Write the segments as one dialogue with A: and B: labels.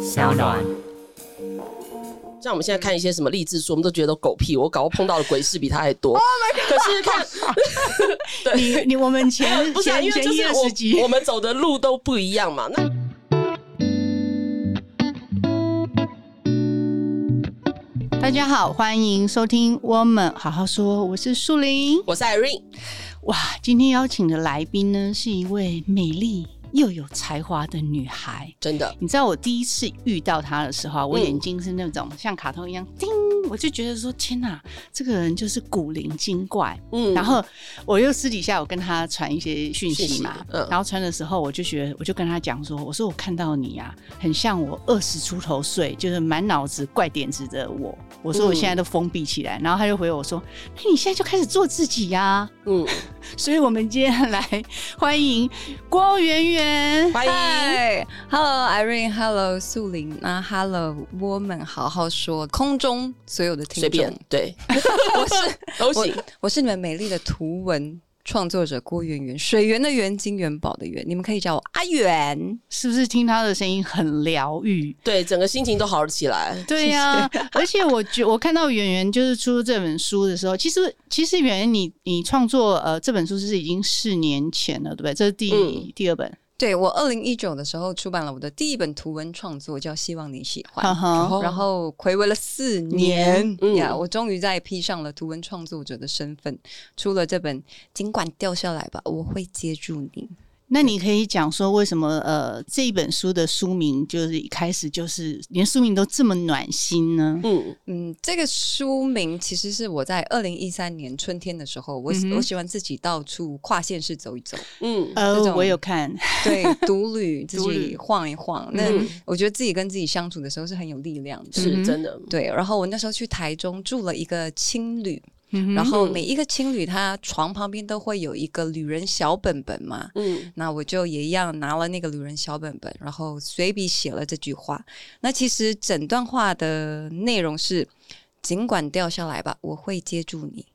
A: 小暖。
B: 像我们现在看一些什么励志书，我们都觉得都狗屁。我搞碰到的鬼事比他还多。可是看，
C: Oh 你你我们前
B: 不是啊、
C: 前
B: 因为
C: 前
B: 就
C: 一
B: 是
C: 二十集
B: 我我们走的路都不一样嘛。那
C: 大家好，欢迎收听《我们好好说》，我是树林。
B: 我是 Irene，
C: 哇，今天邀请的来宾呢，是一位美丽又有才华的女孩。
B: 真的
C: 你知道我第一次遇到她的时候啊，我
B: 嗯
C: 眼睛是那种、像卡通一样叮，我就觉得说天哪，这个人就是古灵精怪。
B: 嗯
C: 然后我又私底下我跟他传一些讯息嘛
B: 讯息，嗯
C: 然后传的时候我就觉得，我就跟他讲说，我说我看到你啊，很像我二十出头岁，就是满脑子怪点子的我。我说我现在都封闭起来，然后他就回我说，那你现在就开始做自己呀、
B: 嗯，
C: 所以我们今天来欢迎郭圆圆。
B: 欢迎。
D: 嗨，Hello Irene，Hello 素林，那 Hello 我们好好说，空中所有的听
B: 随便
D: 众，
B: 对，
D: 我是
B: 都
D: 我
B: 行。
D: 我是你们美丽的图文创作者郭圆圆，水源的源，金元宝的源，你们可以叫我阿圆。
C: 是不是听她的声音很疗愈？
B: 对，整个心情都好了起 来。
C: 对呀、而且我觉我看到圆圆就是出这本书的时候，其实其实圆圆你你创作呃这本书是已经四年前了，对不对？这是第、
B: 嗯
C: 第二本，
D: 对我二零一九的时候出版了我的第一本图文创作，叫《希望你喜欢》
C: 哈哈，
D: 然后暌违了四
C: 年
D: 年
B: 嗯
D: 呀我终于在披上了图文创作者的身份，出了这本《尽管掉下来吧，我会接住你》。
C: 那你可以讲说为什么呃这一本书的书名就是一开始就是连书名都这么暖心呢？
B: 嗯
D: 嗯，这个书名其实是我在二零一三年春天的时候，我、
C: 嗯哼
D: 我喜欢自己到处跨县市走一走，
B: 嗯
C: 呃
D: 这，种
C: 我有看，
D: 对，独旅自
C: 独旅
D: 己晃一晃。那
B: 嗯，
D: 我觉得自己跟自己相处的时候是很有力量的。
C: 嗯
B: 是
C: 哼
B: 真的。
D: 对，然后我那时候去台中住了一个青旅，
C: 嗯
D: 然后
B: 嗯
D: 每一个青旅它床旁边都会有一个旅人小本本嘛，
B: 嗯
D: 那我就也一样拿了那个旅人小本本，然后随笔写了这句话。那其实整段话的内容是：尽管掉下来吧，我会接住你，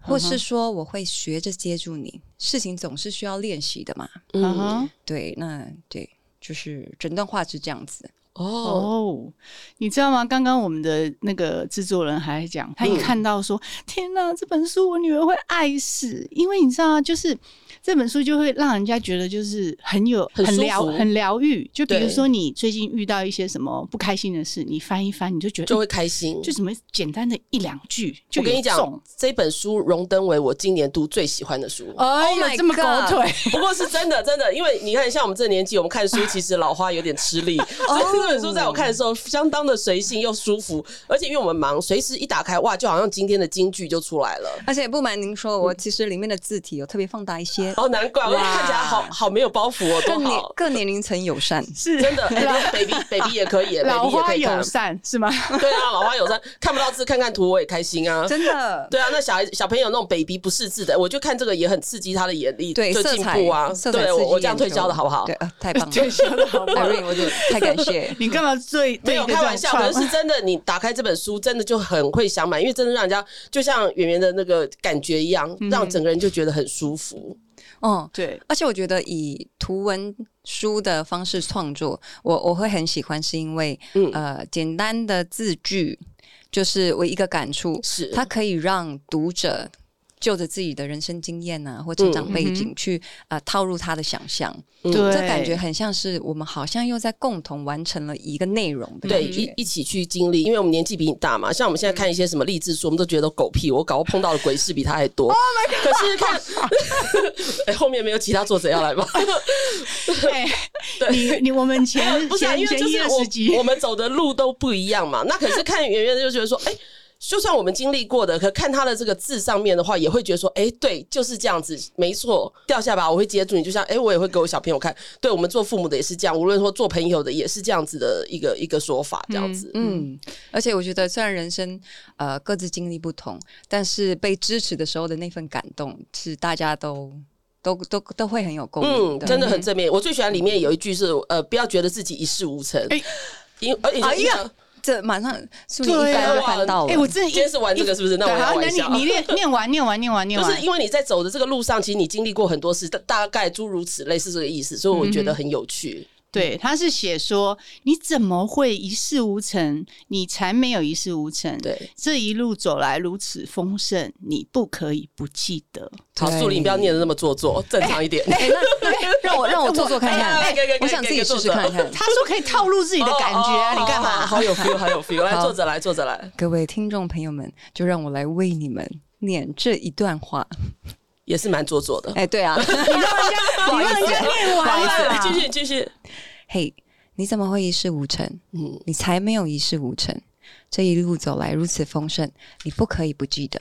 D: 或
C: 嗯哼
D: 是说我会学着接住你。事情总是需要练习的嘛。
C: 嗯
B: 嗯
C: 哼
D: 对，那对，就是整段话是这样子。
B: 哦，
C: 哦，你知道吗？刚刚我们的那个制作人还讲，他一
B: 嗯
C: 看到说：“天哪，这本书我女儿会爱死！”因为你知道吗？就是这本书就会让人家觉得就是很有
B: 很舒
C: 疗
B: 服
C: 很疗愈。就比如
B: 对
C: 说你最近遇到一些什么不开心的事，你翻一翻，你就觉得哎
B: 就会开心。
C: 就怎么简单的一两句就
B: 我跟
C: 有
B: 你讲
C: 中，
B: 这本书荣登为我今年读最喜欢的书。
C: 哎
D: Oh
C: 呀，
D: my
C: 这么狗
D: God
C: 腿，
B: 不过是真的，真的，因为你看，像我们这年纪，我们看
D: 啊
B: 书其实老花有点吃 力。
D: 哦
B: 所以这本书在我看的时候，相当的随性又舒服，而且因为我们忙，随时一打开，哇，就好像今天的金句就出来了。
D: 而且不瞒您说，我其实里面的字体有特别放大一些，
B: 哦，难怪我
D: 哇
B: 看起来好好没有包袱哦，多
D: 更年
B: 好，
D: 各年龄层友善。
C: 是
B: 真的。 哎 baby baby 也可以
C: 老
B: ，baby 也
C: 花
B: 可以看
C: 友。善是吗？
B: 对啊，老花友善，看不到字看看图我也开心啊。
D: 真的，
B: 对啊，那小孩小朋友那种 baby 不识字的，我就看这个也很刺激他的眼力，
D: 对，
B: 就
D: 色
B: 进
D: 彩
B: 步啊。
D: 色彩
B: 对
D: 刺
B: 我
D: 激
B: 我这样
D: 眼
B: 推
D: 球
B: 销的好不好
D: 对，？呃 太棒了，
C: 对，说的好不好？。
D: Irene，我就太感谢
C: 你干嘛最
B: 没有开玩笑，可是是真的。你打开这本书，真的就很会想买，因为真的让人家就像圆圆的那个感觉一样，让整个人就觉得很舒服。
D: 嗯，
C: 对。
D: 而且我觉得以图文书的方式创作，我我会很喜欢，是因为、
B: 嗯
D: 呃简单的字句，就是我一个感触，
B: 是，
D: 它可以让读者。就着自己的人生经验啊，或成长背
C: 嗯
D: 景去啊、呃套入他的想象，
B: 嗯
C: 对
D: 这感觉很像是我们好像又在共同完成了一个内容的
B: 对，
D: 感
B: 一
D: 觉。
B: 一起去经历，因为我们年纪比你大嘛。像我们现在看一些什么励志书，我们都觉得都狗屁，我搞不好碰到的鬼事比他还多。可是看， 哎，后面没有其他作者要来 吗？
C: 对， 你你我们前
B: 不是、啊，
C: 前
B: 因为
C: 前
B: 就
C: 一
B: 是
C: 二十
B: 我我
C: 集，
B: 们走的路都不一样嘛。那可是看圆圆就觉得说，哎、就算我们经历过的，可看他的这个字上面的话，也会觉得说，哎、对，就是这样子，没错，掉下巴我会接住你，就像，哎、我也会给我小朋友看。对我们做父母的也是这样，无论说做朋友的也是这样子的一个一个说法，这样子。
D: 嗯，而且我觉得，虽然人生呃各自经历不同，但是被支持的时候的那份感动，是大家都都都都会很有共鸣
B: 嗯，
D: 的。
B: 真的很正面。我最喜欢里面有一句是，呃，不要觉得自己一事无成
C: 哎。
B: 因而且
D: 哎
B: 因为
D: 呀这马上是不是
C: 对
D: 一
C: 啊
D: 翻就翻到了？
C: 哎，我真的
B: 今天是玩这个是不是？那我
C: 对
B: 来
C: 好，
B: 玩
C: 那
B: 一下。
C: 你你念念完念完念完念
B: 就
C: 完
B: 是，因为你在走的这个路上，其实你经历过很多事，大大概诸如此类是这个意思，所以我觉得很有趣。
C: 对，他是写说你怎么会一事无成？你才没有一事无成。，
B: 对，
C: 这一路走来如此丰盛，你不可以不记得。
B: 好，
D: 对
B: 素林不要念的那么做作，正常一点。
D: 哎、那哎让我让我做做看看，
B: 哎
D: 哎
B: 可以可以可以
D: 我想自己试试看看。
C: 他说可以套路自己的感觉
B: 哦
C: 啊，
B: 哦
C: 你干
B: 好好
C: 嘛？
B: 好有 feel，好有 feel。来，
D: 好
B: 作者来，作者来，
D: 各位听众朋友们，就让我来为你们念这一段话。
B: 也是蛮做作的。
D: 哎，对啊，
C: 你让人家念
B: 好
C: 完
B: 来
C: 了
B: 来，继续继续。
D: 嘿，你怎么会一事无成？
B: 嗯，
D: 你才没有一事无成。这一路走来如此丰盛，你不可以不记得，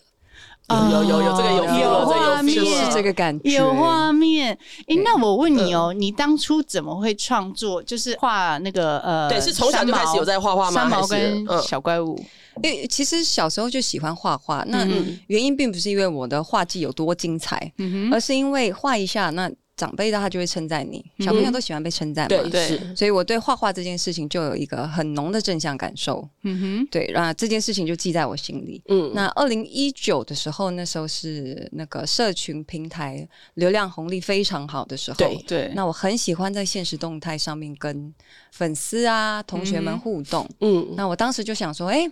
B: 有有有，这个有 feel 了，
C: 有
B: 这
C: 画
B: 个
C: 面
B: 有 feel
D: 就
B: 了
D: 是这个感觉。
C: 有画面。哎、
D: 对
C: 那我问你哦、
B: 嗯
C: 你当初怎么会创作？就是画那个呃，
B: 对，是从小就开始有在画画吗？
C: 三毛
B: 还是
C: 跟
B: 嗯
C: 小怪物。
D: 因为其实小时候就喜欢画画，那
C: 嗯
D: 原因并不是因为我的画技有多精彩，
C: 嗯
D: 而是因为画一下，那长辈他就会称赞你。小朋友都喜欢被称赞嘛，
B: 对
C: 嗯对
B: 是
D: 所以我对画画这件事情就有一个很浓的正向感受。
C: 嗯
D: 对，那这件事情就记在我心里。
B: 嗯
D: 那二零一九的时候，那时候是那个社群平台流量红利非常好的时候。
B: 对
C: 哼，对，
D: 那我很喜欢在现实动态上面跟粉丝啊、同学
C: 嗯
D: 们
C: 哼
D: 互动。
B: 嗯
D: 那我当时就想说，哎、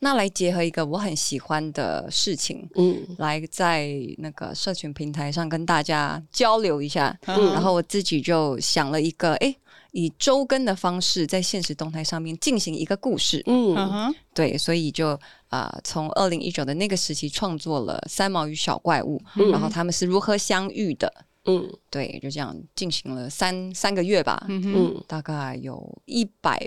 D: 那来结合一个我很喜欢的事情，
B: 嗯
D: 来在那个社群平台上跟大家交流一下。
B: 嗯
D: 然后我自己就想了一个，哎、以周更的方式在现实动态上面进行一个故事。
C: 嗯
B: 嗯，
C: 哼，
D: 对，所以就啊，呃从二零一九的那个时期创作了《三毛与小怪物》
B: 嗯
D: 然后他们是如何相遇的？
B: 嗯
D: 对，就这样进行了三三个月吧，
C: 嗯哼，
B: 嗯，
D: 大概有一百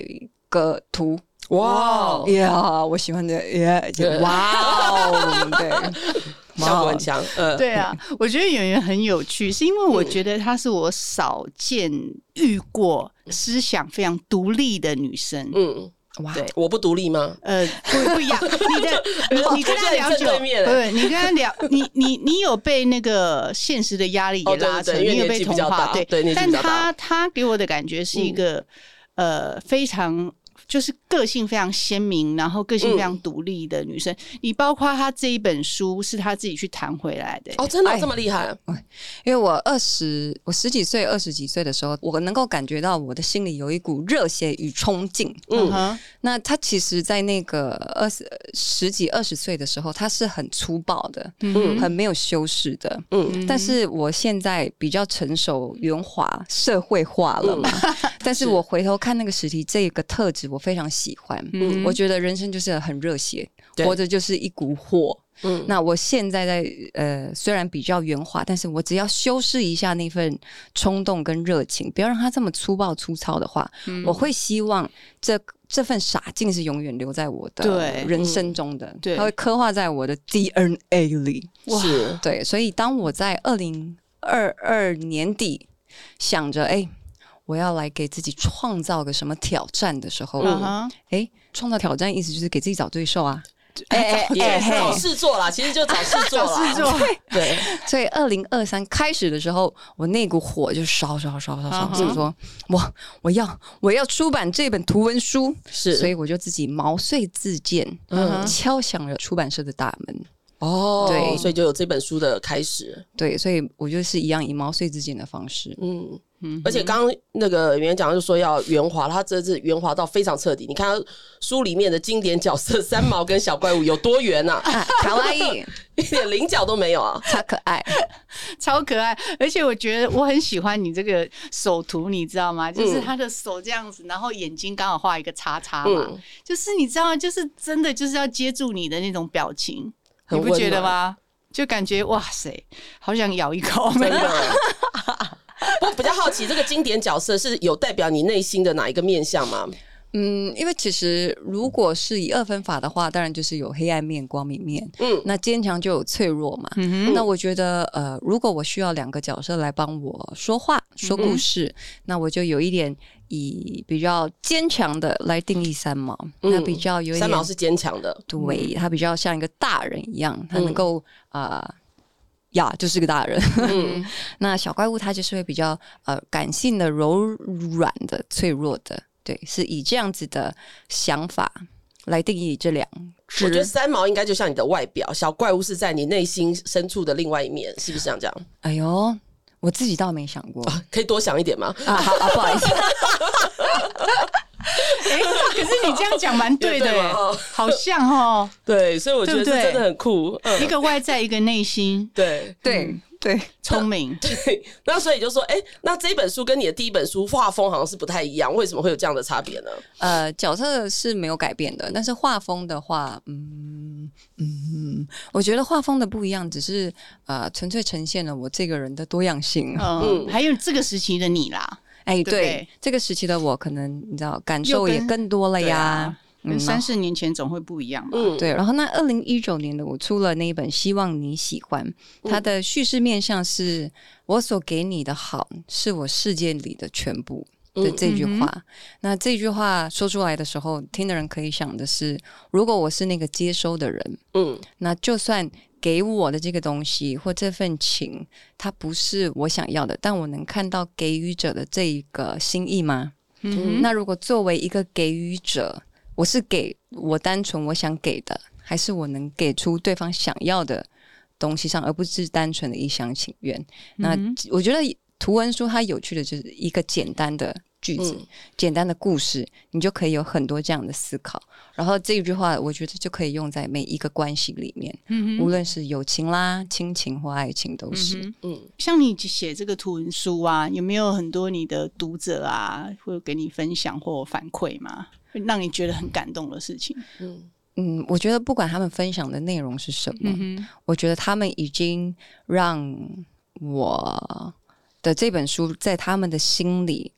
D: 个图。
C: 哦
B: 哇，
D: 呀我喜欢的耶
B: 对
D: 哇哦， 对，
B: 小文强，呃，
C: 对啊，我觉得演员很有趣，是因为我觉得她是我少见遇过思想非常独立的女生。
B: 嗯，
D: 哇
C: 对
B: 我不独立吗？
C: 呃，不不一样，你的你你跟
B: 我
C: 他
B: 在
C: 聊
B: 你
C: 久，
B: 正对面
C: 不是你跟他聊，你你你有被那个现实的压力给
B: 哦对
C: 拉
B: 对
C: 扯，
B: 对因为
C: 你有
B: 年
C: 被
B: 纪比
C: 同
B: 较
C: 化，
B: 大
C: 对
B: 对年纪
C: 但
B: 比较大
C: 他他给我的感觉是一个、呃非常。就是个性非常鲜明，然后个性非常独立的女生。你包括她这一本书是她自己去谈回来的、
B: 哦，真的
D: 哎
B: 这么厉害？
D: 因为我二十，我十几岁、二十几岁的时候，我能够感觉到我的心里有一股热血与冲劲。
C: 嗯
B: 嗯
C: 哼，
D: 那他其实，在那个二十十几、二十岁的时候，他是很粗暴的，
C: 嗯
B: 嗯
D: 很没有修饰的。
B: 嗯
D: 但是我现在比较成熟、圆滑、社会化了嘛。 但是我回头看那个实体，这个特质我非常喜欢。
C: 嗯
D: 我觉得人生就是很热血，
B: 对
D: 活着就是一股火。
B: 嗯，
D: 那我现在在呃，虽然比较圆滑，但是我只要修饰一下那份冲动跟热情，不要让它这么粗暴粗糙的话，我会希望这这份傻劲是永远留在我
C: 对
D: 的人生中的，
C: 对
D: 它会刻画在我的 DNA 里。
C: 哇
B: 是
D: 对，所以当我在二零二二年底想着，哎、我要来给自己创造个什么挑战的时候，哎、
C: 嗯哼，
D: 创造挑战意思就是给自己找对手啊，哎
B: 也
D: 哎
B: 是找事做啦，其实就找事做啦，
C: 是做
B: 对，
D: 所以二零二三开始的时候，我那股火就烧烧烧烧
C: 嗯
D: 烧，
C: 哼
D: 想说我我要我要出版这本图文书，
B: 是，
D: 所以我就自己毛遂自荐，
C: 嗯哼
D: 敲响了出版社的大门。
B: 哦，
D: 对
B: 所以就有这本书的开始，
D: 对，所以我就是一样以毛遂自荐的方式。
B: 嗯。
C: 嗯
B: 而且刚刚那个演员讲就说要圆滑，他这次圆滑到非常彻底。你看他书里面的经典角色三毛跟小怪物有多圆啊，
D: 啊，卡哇伊，
B: 一点棱角都没有啊。
D: 超可爱，
C: 超可爱，而且我觉得我很喜欢你这个手图，你知道
B: 嗯
C: 吗？就是他的手这样子，然后眼睛刚好画一个叉叉嘛，
B: 嗯，
C: 就是你知道，就是真的就是要接住你的那种表情，
B: 很
C: 你
B: 温
C: 不觉得
B: 暖
C: 吗？就感觉哇塞，好想咬一口，
B: 真的。我比较好奇，这个经典角色是有代表你内心的哪一个面相吗？
D: 嗯，因为其实如果是以二分法的话，当然就是有黑暗面、光明面。
B: 嗯
D: 那坚强就有脆弱嘛。
C: 嗯
D: 那我觉得，呃，如果我需要两个角色来帮我说话、说
B: 嗯
D: 故事，那我就有一点以比较坚强的来定义三毛，
B: 嗯
D: 那比较有一点
B: 三毛是坚强的，
D: 对他比较像一个大人一样，他
B: 嗯
D: 能够啊。呃呀就是个大人。
B: 嗯
D: 那小怪物他就是会比较呃感性的、柔软的、脆弱的，对，是以这样子的想法来定义这两只。
B: 我觉得三毛应该就像你的外表，小怪物是在你内心深处的另外一面，是不是这样讲？
D: 哎呦，我自己倒没想过
B: 啊可以多想一点吗？
D: 啊，好啊，不好意思，
C: 哎，可是你这样讲蛮对的
B: 对
C: 耶
B: 吧哦，
C: 好像哦，
B: 对，所以我觉得
C: 对
B: 这
C: 不对
B: 真的很酷。
C: 一
B: 嗯，
C: 个外在，一个内心，
B: 对。
D: 对对，
C: 聪明。
B: 对， 那所以就说，哎、那这一本书跟你的第一本书画风好像是不太一样，为什么会有这样的差别呢？
D: 呃，角色是没有改变的，但是画风的话，嗯嗯，我觉得画风的不一样，只是呃，纯粹呈现了我这个人的多样性。
C: 嗯，还有这个时期的你啦，
D: 哎，
C: 对不
D: 对
C: 对，
D: 这个时期的我，可能你知道，感受
C: 又
D: 也
C: 跟
D: 更多
B: 哎
D: 了
C: 对
D: 呀
C: 啊。
D: 嗯
C: 跟三十年前总会不一样嘛。
B: 嗯，
D: 对，然后那二零一九年的我出了那一本《希望你喜欢》，
C: 嗯
D: 它的叙事面向是“我所给你的好，是我世界里的全部”
C: 嗯
D: 的这句话。那这句话说出来的时候，听的人可以想的是：如果我是那个接收的人，
B: 嗯
D: 那就算给我的这个东西或这份情，它不是我想要的，但我能看到给予者的这一个心意吗？
C: 嗯
D: 那如果作为一个给予者，我是给我单纯我想给的，还是我能给出对方想要的东西上，而不是单纯的一厢情愿？
C: 嗯
D: 那我觉得图文书它有趣的就是一个简单的句子、
B: 嗯
D: 简单的故事，你就可以有很多这样的思考。然后这一句话，我觉得就可以用在每一个关系里面，
C: 嗯
D: 无
C: 哼，
D: 论是友情啦、亲情或爱情，都是。
C: 嗯哼
B: 嗯，
C: 像你写这个图文书啊，有没有很多你的读者啊，会有给你分享或反馈吗？会让你觉得很感动的事情？
D: 嗯，我觉得不管他们分享的内容是什么，
C: 嗯
D: 我觉得他们已经让我的这本书在他们的心里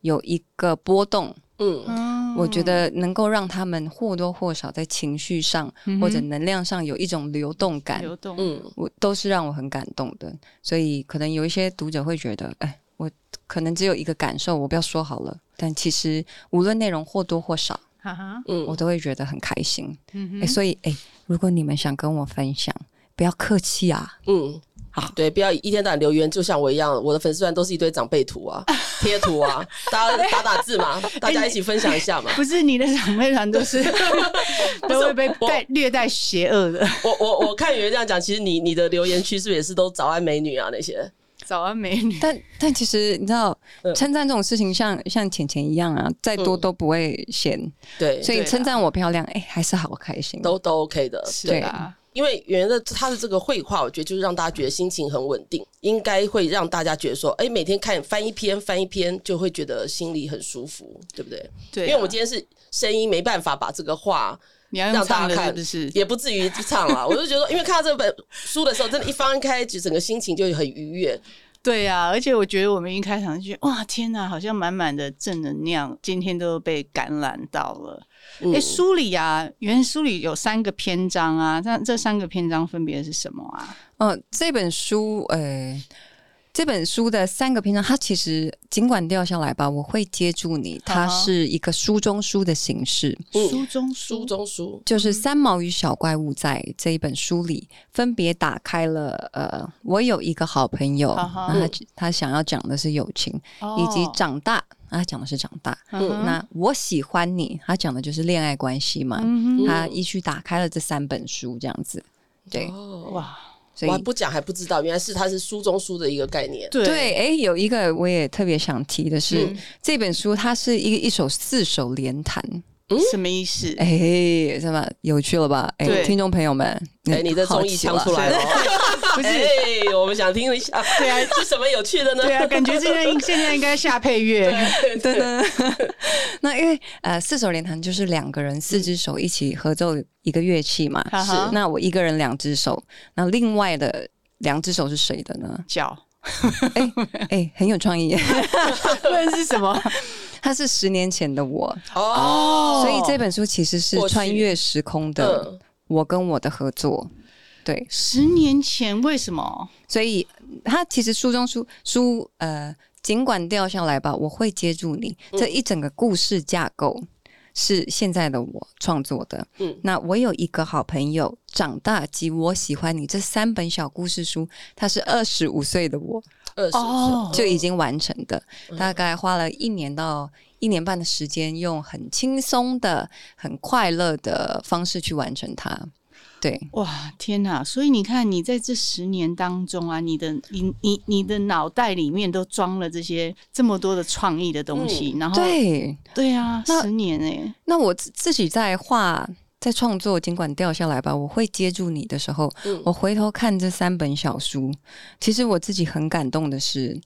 D: 有一个波动。
B: 嗯
C: 哼
D: 我觉得能够让他们或多或少在情绪上、或者能量上有一种流动感，
C: 流动，
B: 嗯
D: 我都是让我很感动的。所以可能有一些读者会觉得，哎，我可能只有一个感受，我不要说好了。但其实无论内容或多或少，
C: 哈哈，
B: 嗯，
D: 我都会觉得很开心。
C: 嗯
D: 哎、所以哎、如果你们想跟我分享，不要客气啊。
B: 嗯，
D: 好
B: 对，不要一天到晚留言，就像我一样，我的粉丝团都是一堆长辈图 啊、贴图啊，大家打打字嘛，大家一起分享一下嘛。
D: 哎
C: 不是你的长辈团都 是 都会被带略带邪恶的。
B: 我我我看有人这样讲，其实你你的留言区是不是也是都早安美女啊那些？
C: 早安美女，
D: 但但其实你知道
B: 嗯，
D: 称赞这种事情像像浅浅一样啊，再多
B: 嗯
D: 都不会嫌。
B: 对，
D: 所以
C: 对啊
D: 称赞我漂亮，哎、还是好开心。
B: 都都 OK 的，
C: 是
B: 对。
C: 啊，
B: 因为圆的他的这个绘画，我觉得就是让大家觉得心情很稳定，应该会让大家觉得说，哎，每天看翻一篇翻一篇，就会觉得心里很舒服，对不对？
C: 对啊，
B: 因为我们今天是声音没办法把这个画，
C: 你要用
B: 让大家
C: 唱的是
B: 看
C: 不是？
B: 也不至于唱啊 了。我就觉得，因为看到这本书的时候，真的，一翻开就整个心情就很愉悦。
C: 对呀、而且我觉得我们一开场就觉得哇，天哪，好像满满的正能量，今天都被感染到了。哎、
B: 嗯
C: 书里啊，原书里有三个篇章啊，那这三个篇章分别是什么啊？
D: 嗯、这本书，呃，这本书的三个篇章，它其实尽管掉下来吧，我会接住你。它
C: 好好
D: 是一个书中书的形式，
B: 嗯
C: 书中书
B: 书中书，
D: 就是《三毛与小怪物》在这一本书里分别打开了。呃，我有一个好朋友，
C: 啊哈
D: 那他他想要讲的是友情，
C: 哦
D: 以及长大，啊他讲的是长大。
C: 嗯哼
D: 那我喜欢你，他讲的就是恋爱关系嘛。
C: 嗯
D: 他依序打开了这三本书，这样子。对，
C: 哼，
B: 哦，
C: 哇，
D: 所
B: 我
D: 以
B: 还不讲还不知道，原来是它是书中书的一个概念。
C: 对
D: 对，哎，有一个我也特别想提的是，
B: 嗯
D: 这本书它是一一首四首联弹，
C: 什么意思？
D: 哎，什么有趣了吧？哎，
C: 对
D: 听众朋友们，
B: 哎，你的
D: 好
B: 综艺
D: 奇
B: 唱
D: 了
B: 出来了哦，
C: 嗯 不是。
B: 哎，我们想听一下，对啊， 是什么有趣的呢？
C: 对啊，感觉现在现在应该下配乐，
D: 对呢， 那因为呃，四手联弹就是两个人四只手一起合奏一个乐器嘛。
C: 哈哈
D: 那我一个人两只手，那另外的两只手是谁的呢？
C: 脚，
D: 哎、很有创意，
C: 不然是什么？
D: 它是十年前的我，
B: 哦，
C: 哦
D: 所以这本书其实是
B: 过去
D: 穿越时空的
B: 嗯
D: 我跟我的合作。对，
C: 十年前为什么？
D: 所以它其实书中书书呃，尽管掉下来吧，我会接住你。
C: 嗯
D: 这一整个故事架构是现在的我创作的。
B: 嗯
D: 那我有一个好朋友，长大及我喜欢你这三本小故事书，它是二十五岁的我
B: 二十
C: 哦
D: 就已经完成的，大概花了一年到。一年半的时间，用很轻松的、很快乐的方式去完成它。对，
C: 哇，天哪！所以你看，你在这十年当中啊，你的你你你的脑袋里面都装了这些这么多的创意的东西，然后
D: 对。
C: 嗯对啊，
D: 那
C: 十年哎、
D: 那我自自己在画、在创作，尽管掉下来吧，我会接住你的时候，
B: 嗯
D: 我回头看这三本小书，其实我自己很感动的是，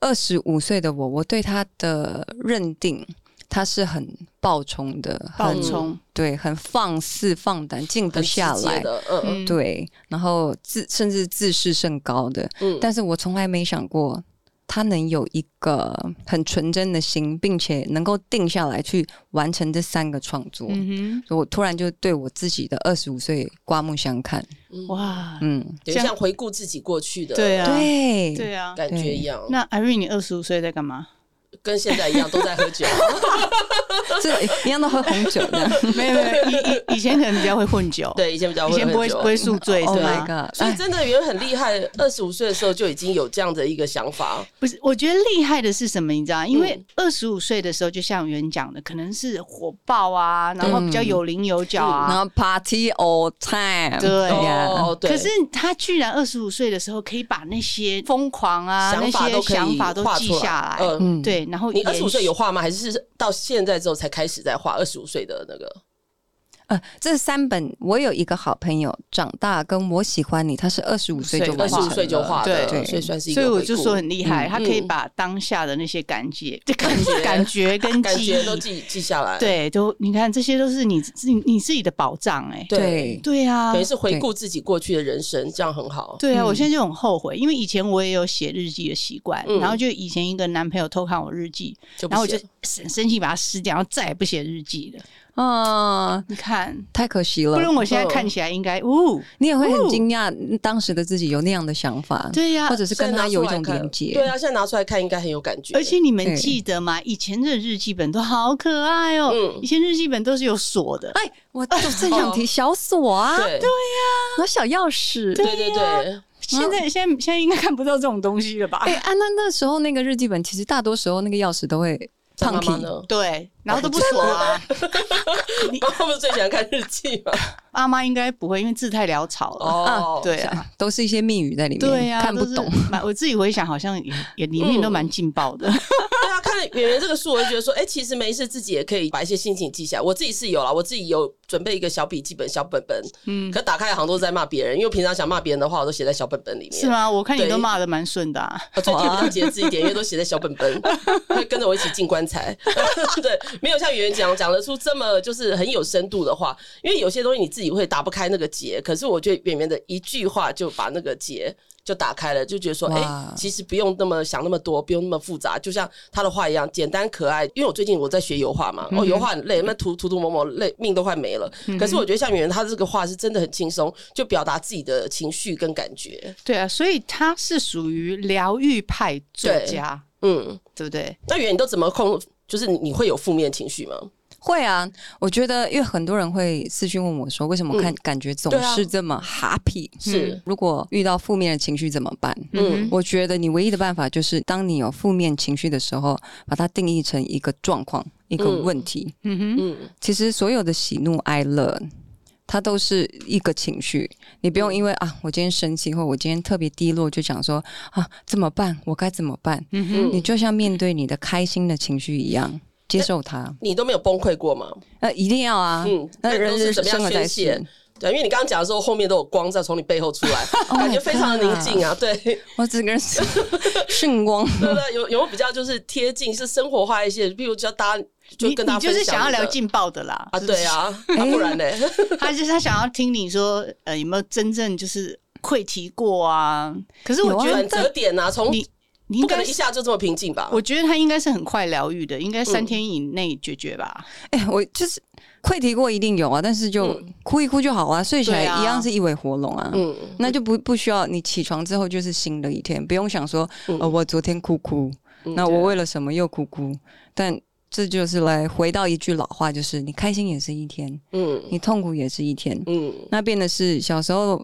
D: 二十五岁的我，我对他的认定，他是很爆冲的，
C: 爆
D: 很
C: 冲，
D: 对，很放肆、放胆，静不
B: 很直
D: 下
B: 接
D: 来。
B: 的，嗯
C: 嗯，
D: 对，然后自甚至自视甚高的，
B: 嗯，
D: 但是我从来没想过他能有一个很纯真的心，并且能够定下来去完成这三个创作。
C: 嗯
D: 所以我突然就对我自己的二十五岁刮目相看。
B: 嗯
C: 哼，哇，
D: 嗯，
B: 等于
C: 这样
B: 像回顾自己过去的
C: 对啊，
D: 对，
C: 对啊。
B: 感觉一样，
C: 那艾瑞，你二十五岁在干嘛？
B: 跟现在一样都在喝 酒，
D: 这一样都喝红酒的。
C: 没有没有，以以以前可能比较会混酒，，
B: 对，以前比较
C: 以
B: 会
C: 前不
B: 喝
C: 会
B: 酒哎
C: 不。会哎宿醉，哦
D: oh
C: 对啊
D: my
C: 吧？
D: god！
B: 所以真的，原本很厉害，二十五岁的时候就已经有这样的一个想法，
C: 不是，我觉得厉害的是什么？你知道，因为
B: 嗯
C: 二十五岁的时候，就像原讲的，可能是火爆啊，然后比较有棱有角
D: 哎然
C: 啊。
D: 后 party all time，
C: 对啊
D: 呀
B: 哦，对，
C: 可是他居然二十五岁的时候，可以把那些疯狂啊、那
B: 想法
C: 些
B: 都可以
C: 想法都
B: 画
C: 记
B: 出
C: 下来。
B: 嗯，
D: 嗯，
C: 对，然后
B: 你二
C: 延
B: 十
C: 续
B: 五岁有画吗？还是到现在之后才开始在画二十五岁的那个？
D: 呃，这三本我有一个好朋友，长大跟我喜欢你，他是二十五岁
C: 对
D: 就
B: 二
D: 完
B: 十
D: 成
B: 五
D: 了
B: 岁就画的，
C: 对
B: 所以算是一个
C: 所以
B: 回顾。
C: 我就说很厉害，
D: 嗯
C: 他可以把当下的那些感觉、这感感觉 跟
B: 感
C: 记忆
B: 觉，都记记下来，，
C: 对，都你看，这些都是你自你你自己的宝藏哎、
B: 对
D: 对，
C: 对啊
B: 等于，是回顾自己过去的人生，这样很好。
C: 对啊，
D: 嗯
C: 我现在就很后悔，因为以前我也有写日记的习惯，
B: 嗯
C: 然后就以前一个男朋友偷看我日记，
B: 就不
C: 然后我就
B: 写了
C: 很生气把他撕掉，然后再也不写日记了。
D: 啊，
C: 你看，
D: 太可惜
C: 不
D: 了。
C: 然我现在看起来应该，呜、
D: 你也会
C: 哦
D: 很惊讶，当时的自己有那样的想法，
C: 对呀、
D: 嗯或者是跟他有一种
B: 啊现在拿出来看
D: 连接。
B: 对啊，现在拿出来看应该很有感觉，
C: 而且你们
D: 对
C: 记得吗？以前的日记本都好可爱哦、
B: 嗯
C: 以前日记本都是有锁的，
D: 哎，我就正想提小锁啊，
B: 对
D: 拿小钥匙。
B: 对对对，
C: 现在现在现在应该看不到这种东西了吧？
D: 哎，安娜那时候那个日记本，其实大多时候那个钥匙都会
B: 张
D: 胖
B: 妈妈
D: 皮。
B: 呢？
C: 对，然后都不 锁啊。
B: 妈妈不是最喜欢看日记吗？
C: 阿妈应该不会，因为字太潦草了。
B: 哦，
C: 对啊，
D: 都是一些密语在里面，
C: 对呀、啊，
D: 看不
C: 都是
D: 懂。
C: 蛮。嗯我自己回想，好像也也里面都蛮劲爆的。
B: 对啊，看演员这个数，我就觉得说，哎、其实没事，自己也可以把一些心情记下来。我自己是有啦，我自己有准备一个小笔记本、小本本，
C: 嗯，
B: 可打开好像都是在骂别人，因为平常想骂别人的话，我都写在小本本里面。
C: 是？吗？我看你
B: 对
C: 都骂的蛮顺的、啊。
B: 我最近比较节制一点，因为都写在小本本，会跟着我一起进棺材。 对，没有像演员讲讲得出这么就是很有深度的话，因为有些东西你自己会打不开那个结，可是我觉得演员的一句话就把那个结。就打开了，就觉得说，哎、
D: 哇
B: 其实不用那么想那么多，不用那么复杂，就像他的画一样，简单可爱。因为我最近我在学油画嘛，哦，油画很累，那涂涂涂抹抹累，命都快没了。可是我觉得像演员他这个画是真的很轻松，就表达自己的情绪跟感觉。
C: 对啊，所以他是属于疗愈派作家，
B: 嗯，
C: 对不对？
B: 那原来你都怎么控？就是你你会有负面情绪吗？
D: 会啊，我觉得因为很多人会私讯问我说，为什么看、感觉总
B: 对啊
D: 是这么 happy？、
B: 是，
D: 如果遇到负面的情绪怎么办？
B: 嗯
C: 嗯，
D: 我觉得你唯一的办法就是，当你有负面情绪的时候，把它定义成一个状况、一个
B: 嗯
D: 问题。
C: 嗯哼，
B: 嗯，
D: 其实所有的喜怒哀乐，它都是一个情绪。你不用因
B: 嗯
D: 为啊，我今天生气，或我今天特别低落，就想说啊，怎么办？我该怎么办？
C: 嗯哼，
B: 嗯
D: 你就像面对你的开心的情绪一样，接受它。
B: 你都没有崩溃过吗？
D: 呃，一定要啊。
B: 嗯
D: 那
B: 那
D: 人
B: 都是
D: 人
B: 怎么样
D: 生而在
B: 宣泄
D: 世，
B: 对，因为你刚刚讲的时候，后面都有光在从你背后出 来，
C: 哦
D: Oh my
B: 感觉非常的宁静啊。对，对
D: 我整个人 圣光。
B: 不对？有有没有比较就是贴近，是生活化一些，譬如叫大家就
C: 你
B: 跟大
C: 你
B: 家
C: 就
B: 分享
C: 是想要
B: 你的
C: 聊劲爆的啦
B: 啊，
C: 是不是哎
B: 对，啊，啊不然呢？
C: 他就是他想要听你说，呃，有没有真正就是愧提过啊？可是我
D: 有啊
C: 觉得
B: 转折点啊，从
C: 你你应
B: 不可
C: 该
B: 能一
C: 是，
B: 下就这么平静吧？
C: 我觉得他应该是很快疗愈的，应该三天以内解决吧。
D: 哎、我就是溃堤过一定有啊，但是就哭一哭就好啊，睡起来
C: 对啊
D: 一样是一尾活龙啊。
B: 嗯，
D: 那就不不需要你起床之后就是新的一天，不用想说，
B: 嗯
D: 呃，我昨天哭哭，
B: 嗯
D: 那我为了什么又哭哭？但这就是来回到一句老话，就是你开心也是一天，
B: 嗯
D: 你痛苦也是一天。
B: 嗯
D: 那变的是小时候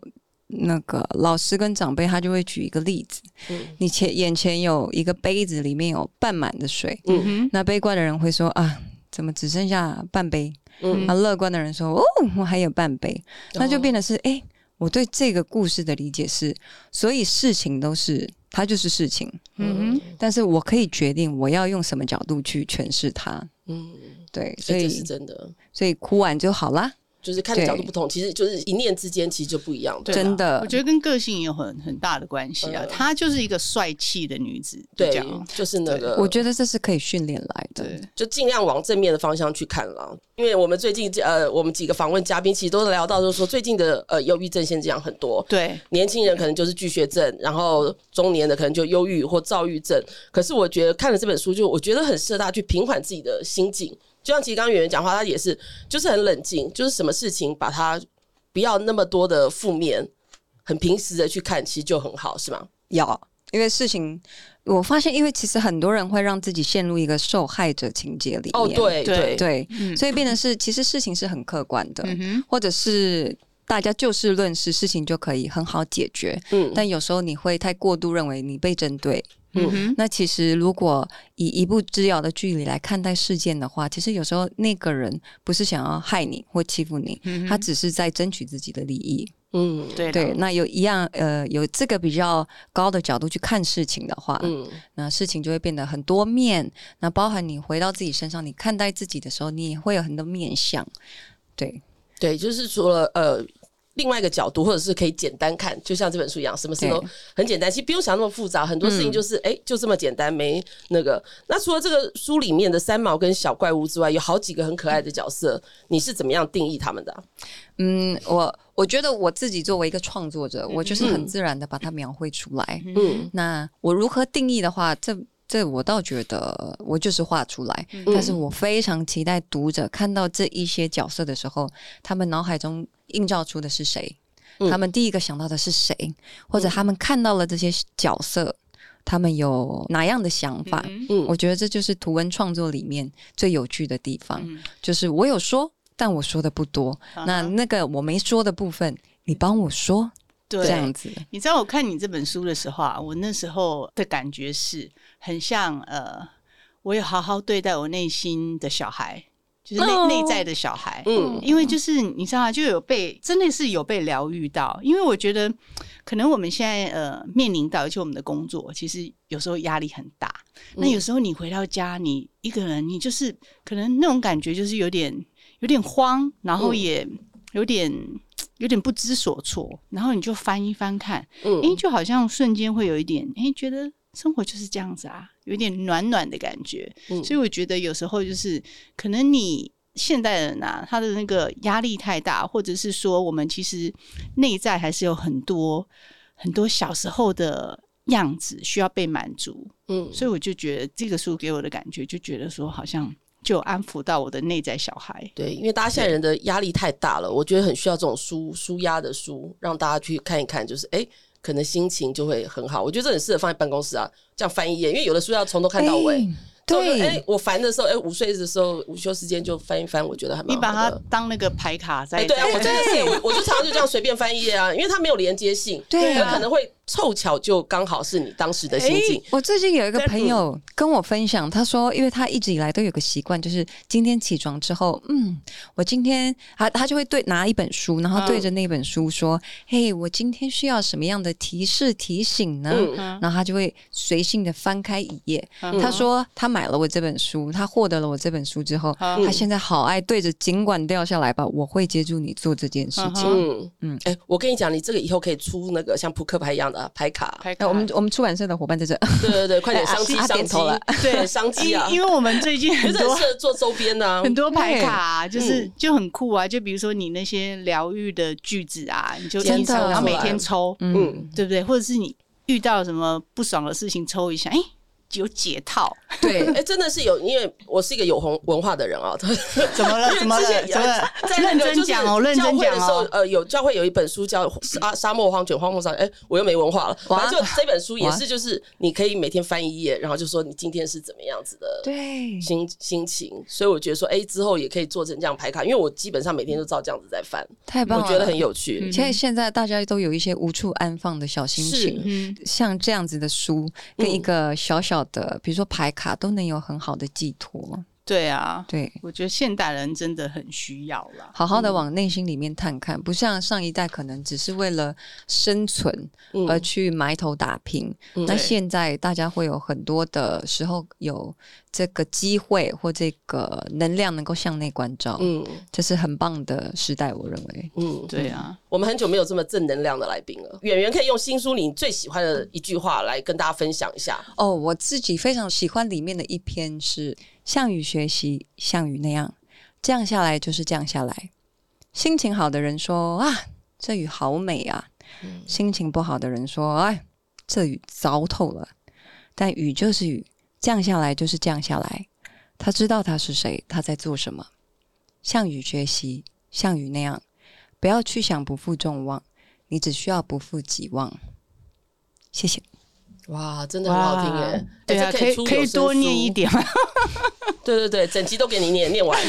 D: 那个老师跟长辈他就会举一个例子，
B: 嗯
D: 你前眼前有一个杯子，里面有半满的水，
B: 嗯
C: 嗯
D: 那悲观的人会说啊，怎么只剩下半杯？
B: 嗯
D: 然后乐观的人说：“哦，我还有半杯。”那就变得
B: 哦
D: 是，哎、我对这个故事的理解是，所以事情都是它就是事情，
C: 嗯
D: 但是我可以决定我要用什么角度去诠释它。
B: 嗯，
D: 对，所
B: 所以这是
D: 以
B: 真的，
D: 所以哭完就好啦。
B: 就是看的角度
D: 对
B: 不同，其实就是一念之间，其实就不一样。
C: 对啦
D: 真的
C: 我觉得跟个性也有很很大的关系啊。
B: 嗯
C: 她就是一个帅气的女子，就
B: 对
C: 这样，
B: 就是那个，
D: 我觉得这是可以训练来的。
C: 对，
B: 就尽量往正面的方向去看了。因为我们最近呃，我们几个访问嘉宾其实都聊到，就是说最近的呃忧郁症现象很多，
C: 对，
B: 年轻人可能就是巨蟹症，然后中年的可能就忧郁或躁郁症。可是我觉得看了这本书，就我觉得很适合大家去平缓自己的心境。就像其实刚刚圆圆讲话，她也是就是很冷静，就是什么事情把它不要那么多的负面，很平时的去看，其实就很好，是吗？
D: 有，因为事情，我发现，因为其实很多人会让自己陷入一个受害者情节里面。
B: 哦，对
C: 对
D: 对，
C: 嗯
D: 所以变成是，其实事情是很客观的，
C: 嗯哼，
D: 或者是大家就事论事，事情就可以很好解决。
B: 嗯，
D: 但有时候你会太过度认为你被针对。
C: 嗯哼，
D: 那其实如果以一步之遥的距离来看待事件的话，其实有时候那个人不是想要害你或欺负你，
C: 嗯哼
D: 他只是在争取自己的利益。
B: 嗯
C: 对
D: 对，
C: 啦，
D: 那有一样呃，有这个比较高的角度去看事情的话，
B: 嗯，
D: 那事情就会变得很多面。那包含你回到自己身上，你看待自己的时候，你也会有很多面相。对，
B: 对，就是除了呃。另外一个角度，或者是可以简单看，就像这本书一样，什么事
D: 对
B: 都很简单，其实不用想那么复杂，很多事情就是哎、诶就这么简单，没那个。那除了这个书里面的三毛跟小怪物之外，有好几个很可爱的角色，你是怎么样定义他们的啊、
D: 嗯，我我觉得我自己作为一个创作者，我就是很自然的把它描绘出来。
B: 嗯
D: 那我如何定义的话，这这我倒觉得我就是画出来，
C: 嗯
D: 但是我非常期待读者看到这一些角色的时候，他们脑海中映照出的是谁，
B: 嗯
D: 他们第一个想到的是谁，或者他们看到了这些角色，他们有哪样的想法？
B: 嗯
D: 我觉得这就是图文创作里面最有趣的地方，
C: 嗯
D: 就是我有说，但我说的不多。
C: 啊哈
D: 那那个我没说的部分，你帮我说，
C: 对
D: 这样子。
C: 你知道我看你这本书的时候啊，我那时候的感觉是很像呃，我有好好对待我内心的小孩，就是内
D: 哦
C: 内、在的小孩，
B: 嗯
C: 因为就是你知道啊，就有被真的是有被疗愈到，因为我觉得可能我们现在呃面临到，而且我们的工作其实有时候压力很大，那
B: 嗯
C: 有时候你回到家，你一个人，你就是可能那种感觉就是有点有点慌，然后
B: 嗯
C: 也有点。有点不知所措，然后你就翻一翻看，
B: 嗯
C: 哎、就好像瞬间会有一点，哎、觉得生活就是这样子啊，有一点暖暖的感觉。
B: 嗯
C: 所以我觉得有时候就是，可能你现代人啊，他的那个压力太大，或者是说我们其实内在还是有很多很多小时候的样子需要被满足。
B: 嗯
C: 所以我就觉得这个书给我的感觉，就觉得说好像就有安抚到我的内在小孩。
B: 对，因为大家现在人的压力太大了，我觉得很需要这种书舒压的书，让大家去看一看，就是哎、诶可能心情就会很好。我觉得这很适合放在办公室啊，这样翻一页，因为有的书要从头看到尾。
D: 哎
B: 所以我就
D: 对，
B: 哎、我烦的时候，哎、午睡的时候，午休时间就翻一翻，我觉得还蛮
C: 你
B: 好
C: 把它
B: 的。
C: 当那个牌卡在、
B: 哎、对啊，我真的是
D: 对
B: 我，我就常常就这样随便翻一页啊，因为它没有连接性，
D: 对啊
B: 它可能会凑巧就刚好是你当时的心境，
D: 我最近有一个朋友跟我分享，他说，因为他一直以来都有个习惯，就是今天起床之后，嗯，我今天他他就会对拿一本书，然后对着那本书说，嘿，我今天需要什么样的提示提醒呢？
B: 嗯
C: 嗯
D: 然后他就会随性的翻开一页。
C: 嗯
D: 他说他买了我这本书，他获得了我这本书之后，
C: 嗯
D: 他现在好爱对着，尽管掉下来吧，我会接住你做这件事
C: 嗯
D: 情。
C: 哼
B: 嗯嗯
D: 嗯，
B: 哎、我跟你讲，你这个以后可以出那个像扑克牌一样的啊牌 卡，
C: 牌
D: 那
C: 卡，
D: 我们我们出版社的伙伴在这，
B: 对对对，快点
D: 哎啊
B: 商机商
D: 啊点
B: 机
D: 头了，
B: 对商机啊
C: 因，因为我们最近
B: 觉
C: 很
B: 得很
C: 多
B: 适合做周边的、 啊，
C: 很多牌卡、啊，
B: 对
C: 就是、
B: 嗯
C: 就很酷啊。就比如说你那些疗愈的句子啊，你就
B: 真
C: 印
B: 的
C: 上，然后每天抽，
D: 嗯，
C: 对不对？或者是你遇到什么不爽的事情抽一下，哎、有解套，
D: 对
B: 哎、，真的是有，因为我是一个有红文化的人啊，
C: 怎么 了？怎么
B: 之前
C: 了？
B: 有
C: 怎么了？
B: 在那个
C: 认
B: 就
C: 真
B: 是
C: 讲哦，认
B: 教
C: 真
B: 会的
C: 讲
B: 时候
C: 哦，。
B: 呃，有教会有一本书叫《沙沙漠荒卷荒漠上》，哎，我又没文化了。
D: 哇
B: 反正就这本书也
D: 哇
B: 是，就是你可以每天翻一页，然后就说你今天是怎么样子的
D: 对，
B: 心心情。所以我觉得说，哎，之后也可以做成这样排卡，因为我基本上每天都照这样子在翻，
D: 太棒
B: 我
D: 了，
B: 觉得很有趣。
D: 现在现在大家都有一些无处安放的小心
B: 是
D: 情，
C: 嗯，
D: 像这样子的书跟
B: 嗯
D: 一个小小的，比如说牌卡，都能有很好的寄托。
C: 对啊，
D: 对，
C: 我觉得现代人真的很需要啦。
D: 好好的往内心里面探看，不像上一代可能只是为了生存
B: 嗯
D: 而去埋头打拼。
B: 嗯
D: 那
C: 对
D: 现在大家会有很多的时候有这个机会或这个能量能够向内关照，
B: 嗯
D: 这是很棒的时代，我认为。
B: 嗯，
C: 对啊，
B: 我们很久没有这么正能量的来宾了。演员可以用新书里你最喜欢的一句话来跟大家分享一下。
D: 哦，我自己非常喜欢里面的一篇是“项羽学习项羽那样，这样下来就是这样下来”。心情好的人说：“啊，这雨好美啊！”心情不好的人说：“哎，这雨糟透了。”但雨就是雨，降下来就是降下来。他知道他是谁，他在做什么。项羽学习项羽那样，不要去想不负众望，你只需要不负己望。谢谢。
B: 哇，真的很好听耶！哎
C: 对啊，
B: 这
C: 可以
B: 出
C: 可
B: 有
C: 以
B: 声
C: 多念
B: 书
C: 一。点吗？啊
B: 对对对，整集都给你念，念完。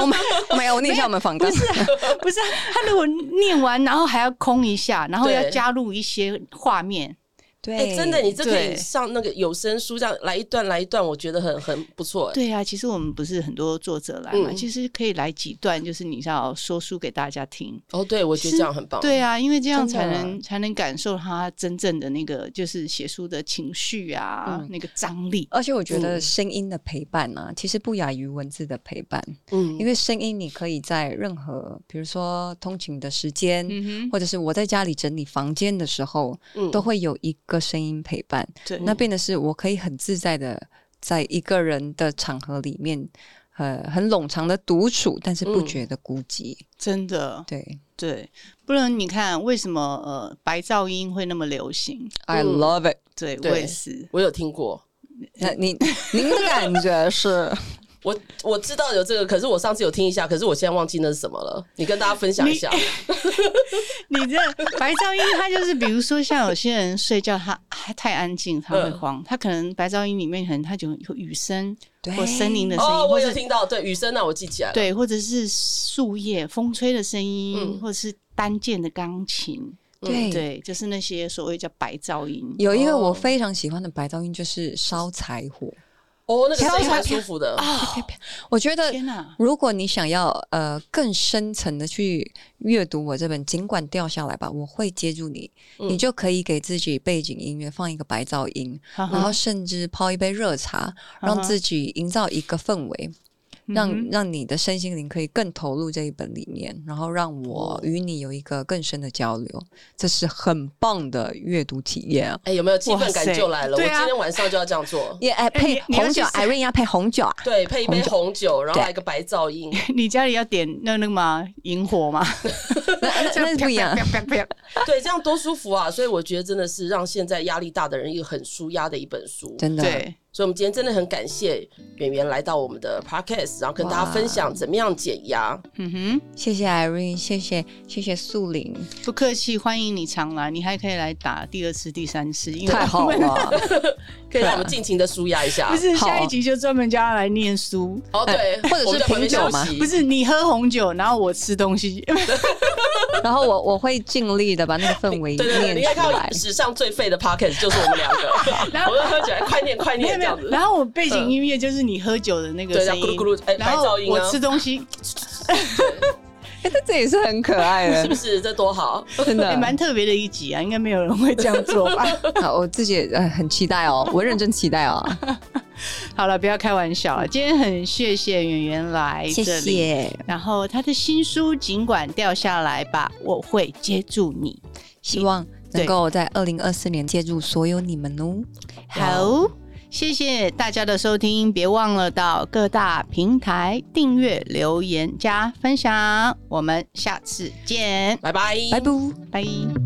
D: 我们没有，我念一下我们访纲。
C: 不是啊、他如果念完，然后还要空一下，然后
B: 对
C: 要加入一些画面，
D: 对、
B: 哎，真的，你这可以
C: 对
B: 上那个有声书，这样来一段来一段，我觉得很很不错。哎
C: 对啊，其实我们不是很多作者来嘛，
B: 嗯
C: 其实可以来几段，就是你知道说书给大家听。
B: 哦，对，我觉得这样很棒。
C: 对啊，因为这样
D: 真的
C: 才能才能感受他真正的那个就是写书的情绪啊，
D: 嗯
C: 那个张力。
D: 而且我觉得
B: 嗯
D: 声音的陪伴啊，其实不亚于文字的陪伴，
B: 嗯，
D: 因为声音你可以在任何，比如说通勤的时间，
C: 嗯哼，
D: 或者是我在家里整理房间的时候，
B: 嗯
D: 都会有一个声音陪伴。
C: 对，
D: 那变的是，我可以很自在的在一个人的场合里面，呃，很冗长的独处，但是不
B: 嗯
D: 觉得孤寂。
C: 真的
D: 对
C: 对，不然你看为什么呃白噪音会那么流行？
D: ，I
B: 嗯
D: love it。
C: 对
B: 对
C: 我也是，
B: 我有听过。
D: 那你您的感觉是？
B: 我我知道有这个，可是我上次有听一下，可是我现在忘记那是什么了。你跟大家分享一 下。
C: 你这白噪音，它就是比如说像有些人睡觉，他他太安静，他会慌，他可能白噪音里面可能他就有雨声
D: 对
C: 或森林的声音，
B: 哦，我
C: 或
B: 有
C: 者
B: 听到，对雨声啊，我记起来了。
C: 对，或者是树叶风吹的声音，
B: 嗯
C: 或者是单键的钢琴，
D: 对
C: 对，就是那些所谓叫白噪音。
D: 有一个
B: 哦
D: 我非常喜欢的白噪音，就是烧柴火。
B: 哦，那个
C: 天啊
B: 声音蛮
C: 我想
B: 舒服的。
D: 我觉得，
C: 天哪，
D: 如果你想要呃更深层的去阅读我这本，尽管掉下来吧，我会接住你，
B: 嗯
D: 你就可以给自己背景音乐放一个白噪音，
C: 嗯
D: 然后甚至泡一杯热茶，让自己营造一个氛围，
C: 嗯
D: 让让你的身心灵可以更投入这一本里面，然后让
C: 哦
D: 我与你有一个更深的交流，这是很棒的阅读体验啊！
B: 哎，有没有气氛
C: 哇
B: 感
C: 塞
B: 就来了？我
C: 对
B: 今
C: 啊
B: 天晚上就要这样做。
D: 也哎配
C: 你你要
D: 红酒
C: 去
D: ，Irene 要配红酒啊！
B: 对，配一杯
D: 红酒
B: 红酒，然后
D: 对
B: 来个白噪音。
C: 你家里要点那那个吗？萤火吗？
D: 那那那是不一样。
C: 啪啪啪 啪
B: 对，这样多舒服啊！所以我觉得真的是让现在压力大的人一个很舒压的一本书。
D: 真的，
C: 对，
B: 所以，我们今天真的很感谢演员来到我们的 podcast，然后跟大家
D: 哇
B: 分享怎么样减压。
C: 嗯哼。
D: 谢谢 Irene，谢谢谢谢素玲，
C: 不客气，欢迎你常来，你还可以来打第二次、第三次，因为
D: 太 好了。
B: 可以让我们尽情的舒压一下
C: 不。是
D: 好
C: 下一集就专门叫他来念书，
B: 哦，对，
D: 哎或者是
B: 我们在旁边
D: 品酒吗
B: 休息
C: 不是你喝红酒，然后我吃东西，
D: 然后我我会尽力的把那个氛围
B: 对对对，
D: 念
B: 你看
D: 出
B: 到
D: 来。
B: 史上最废的 podcast 就是我们两个，
C: 然后
B: 我们喝起来快念快
C: 没
B: 念
C: 有
B: 这
C: 没
B: 样
C: 有，
B: 子，嗯
C: 然后我背景音乐就是你喝酒的那个
B: 对，
C: 声
B: 然
C: 音
B: 后咕，噜咕噜，哎，白
C: 然后
B: 噪音
C: 我
B: 啊
C: 吃，东西
D: 哎，这这也是很可爱
B: 是不
D: 的，
B: 是？这多好！
D: 真
C: 也蛮
D: 的。
C: 特别的一集啊，应该没有人会这 样做吧？
D: 好，我自己也呃很期待哦，我认真期待哦。
C: 好了，不要开玩笑啊了，今天很谢谢圆圆来
D: 谢
C: 这里，
D: 谢，
C: 然后他的新书尽管掉下来吧，我会接住你。
D: 希望
C: 对
D: 能够在二零二四年接住所有你们哦。
C: 好，谢谢大家的收听，别忘了到各大平台订阅、留言、加分享，我们下次见，
B: 拜拜，
D: 拜拜。
C: 拜。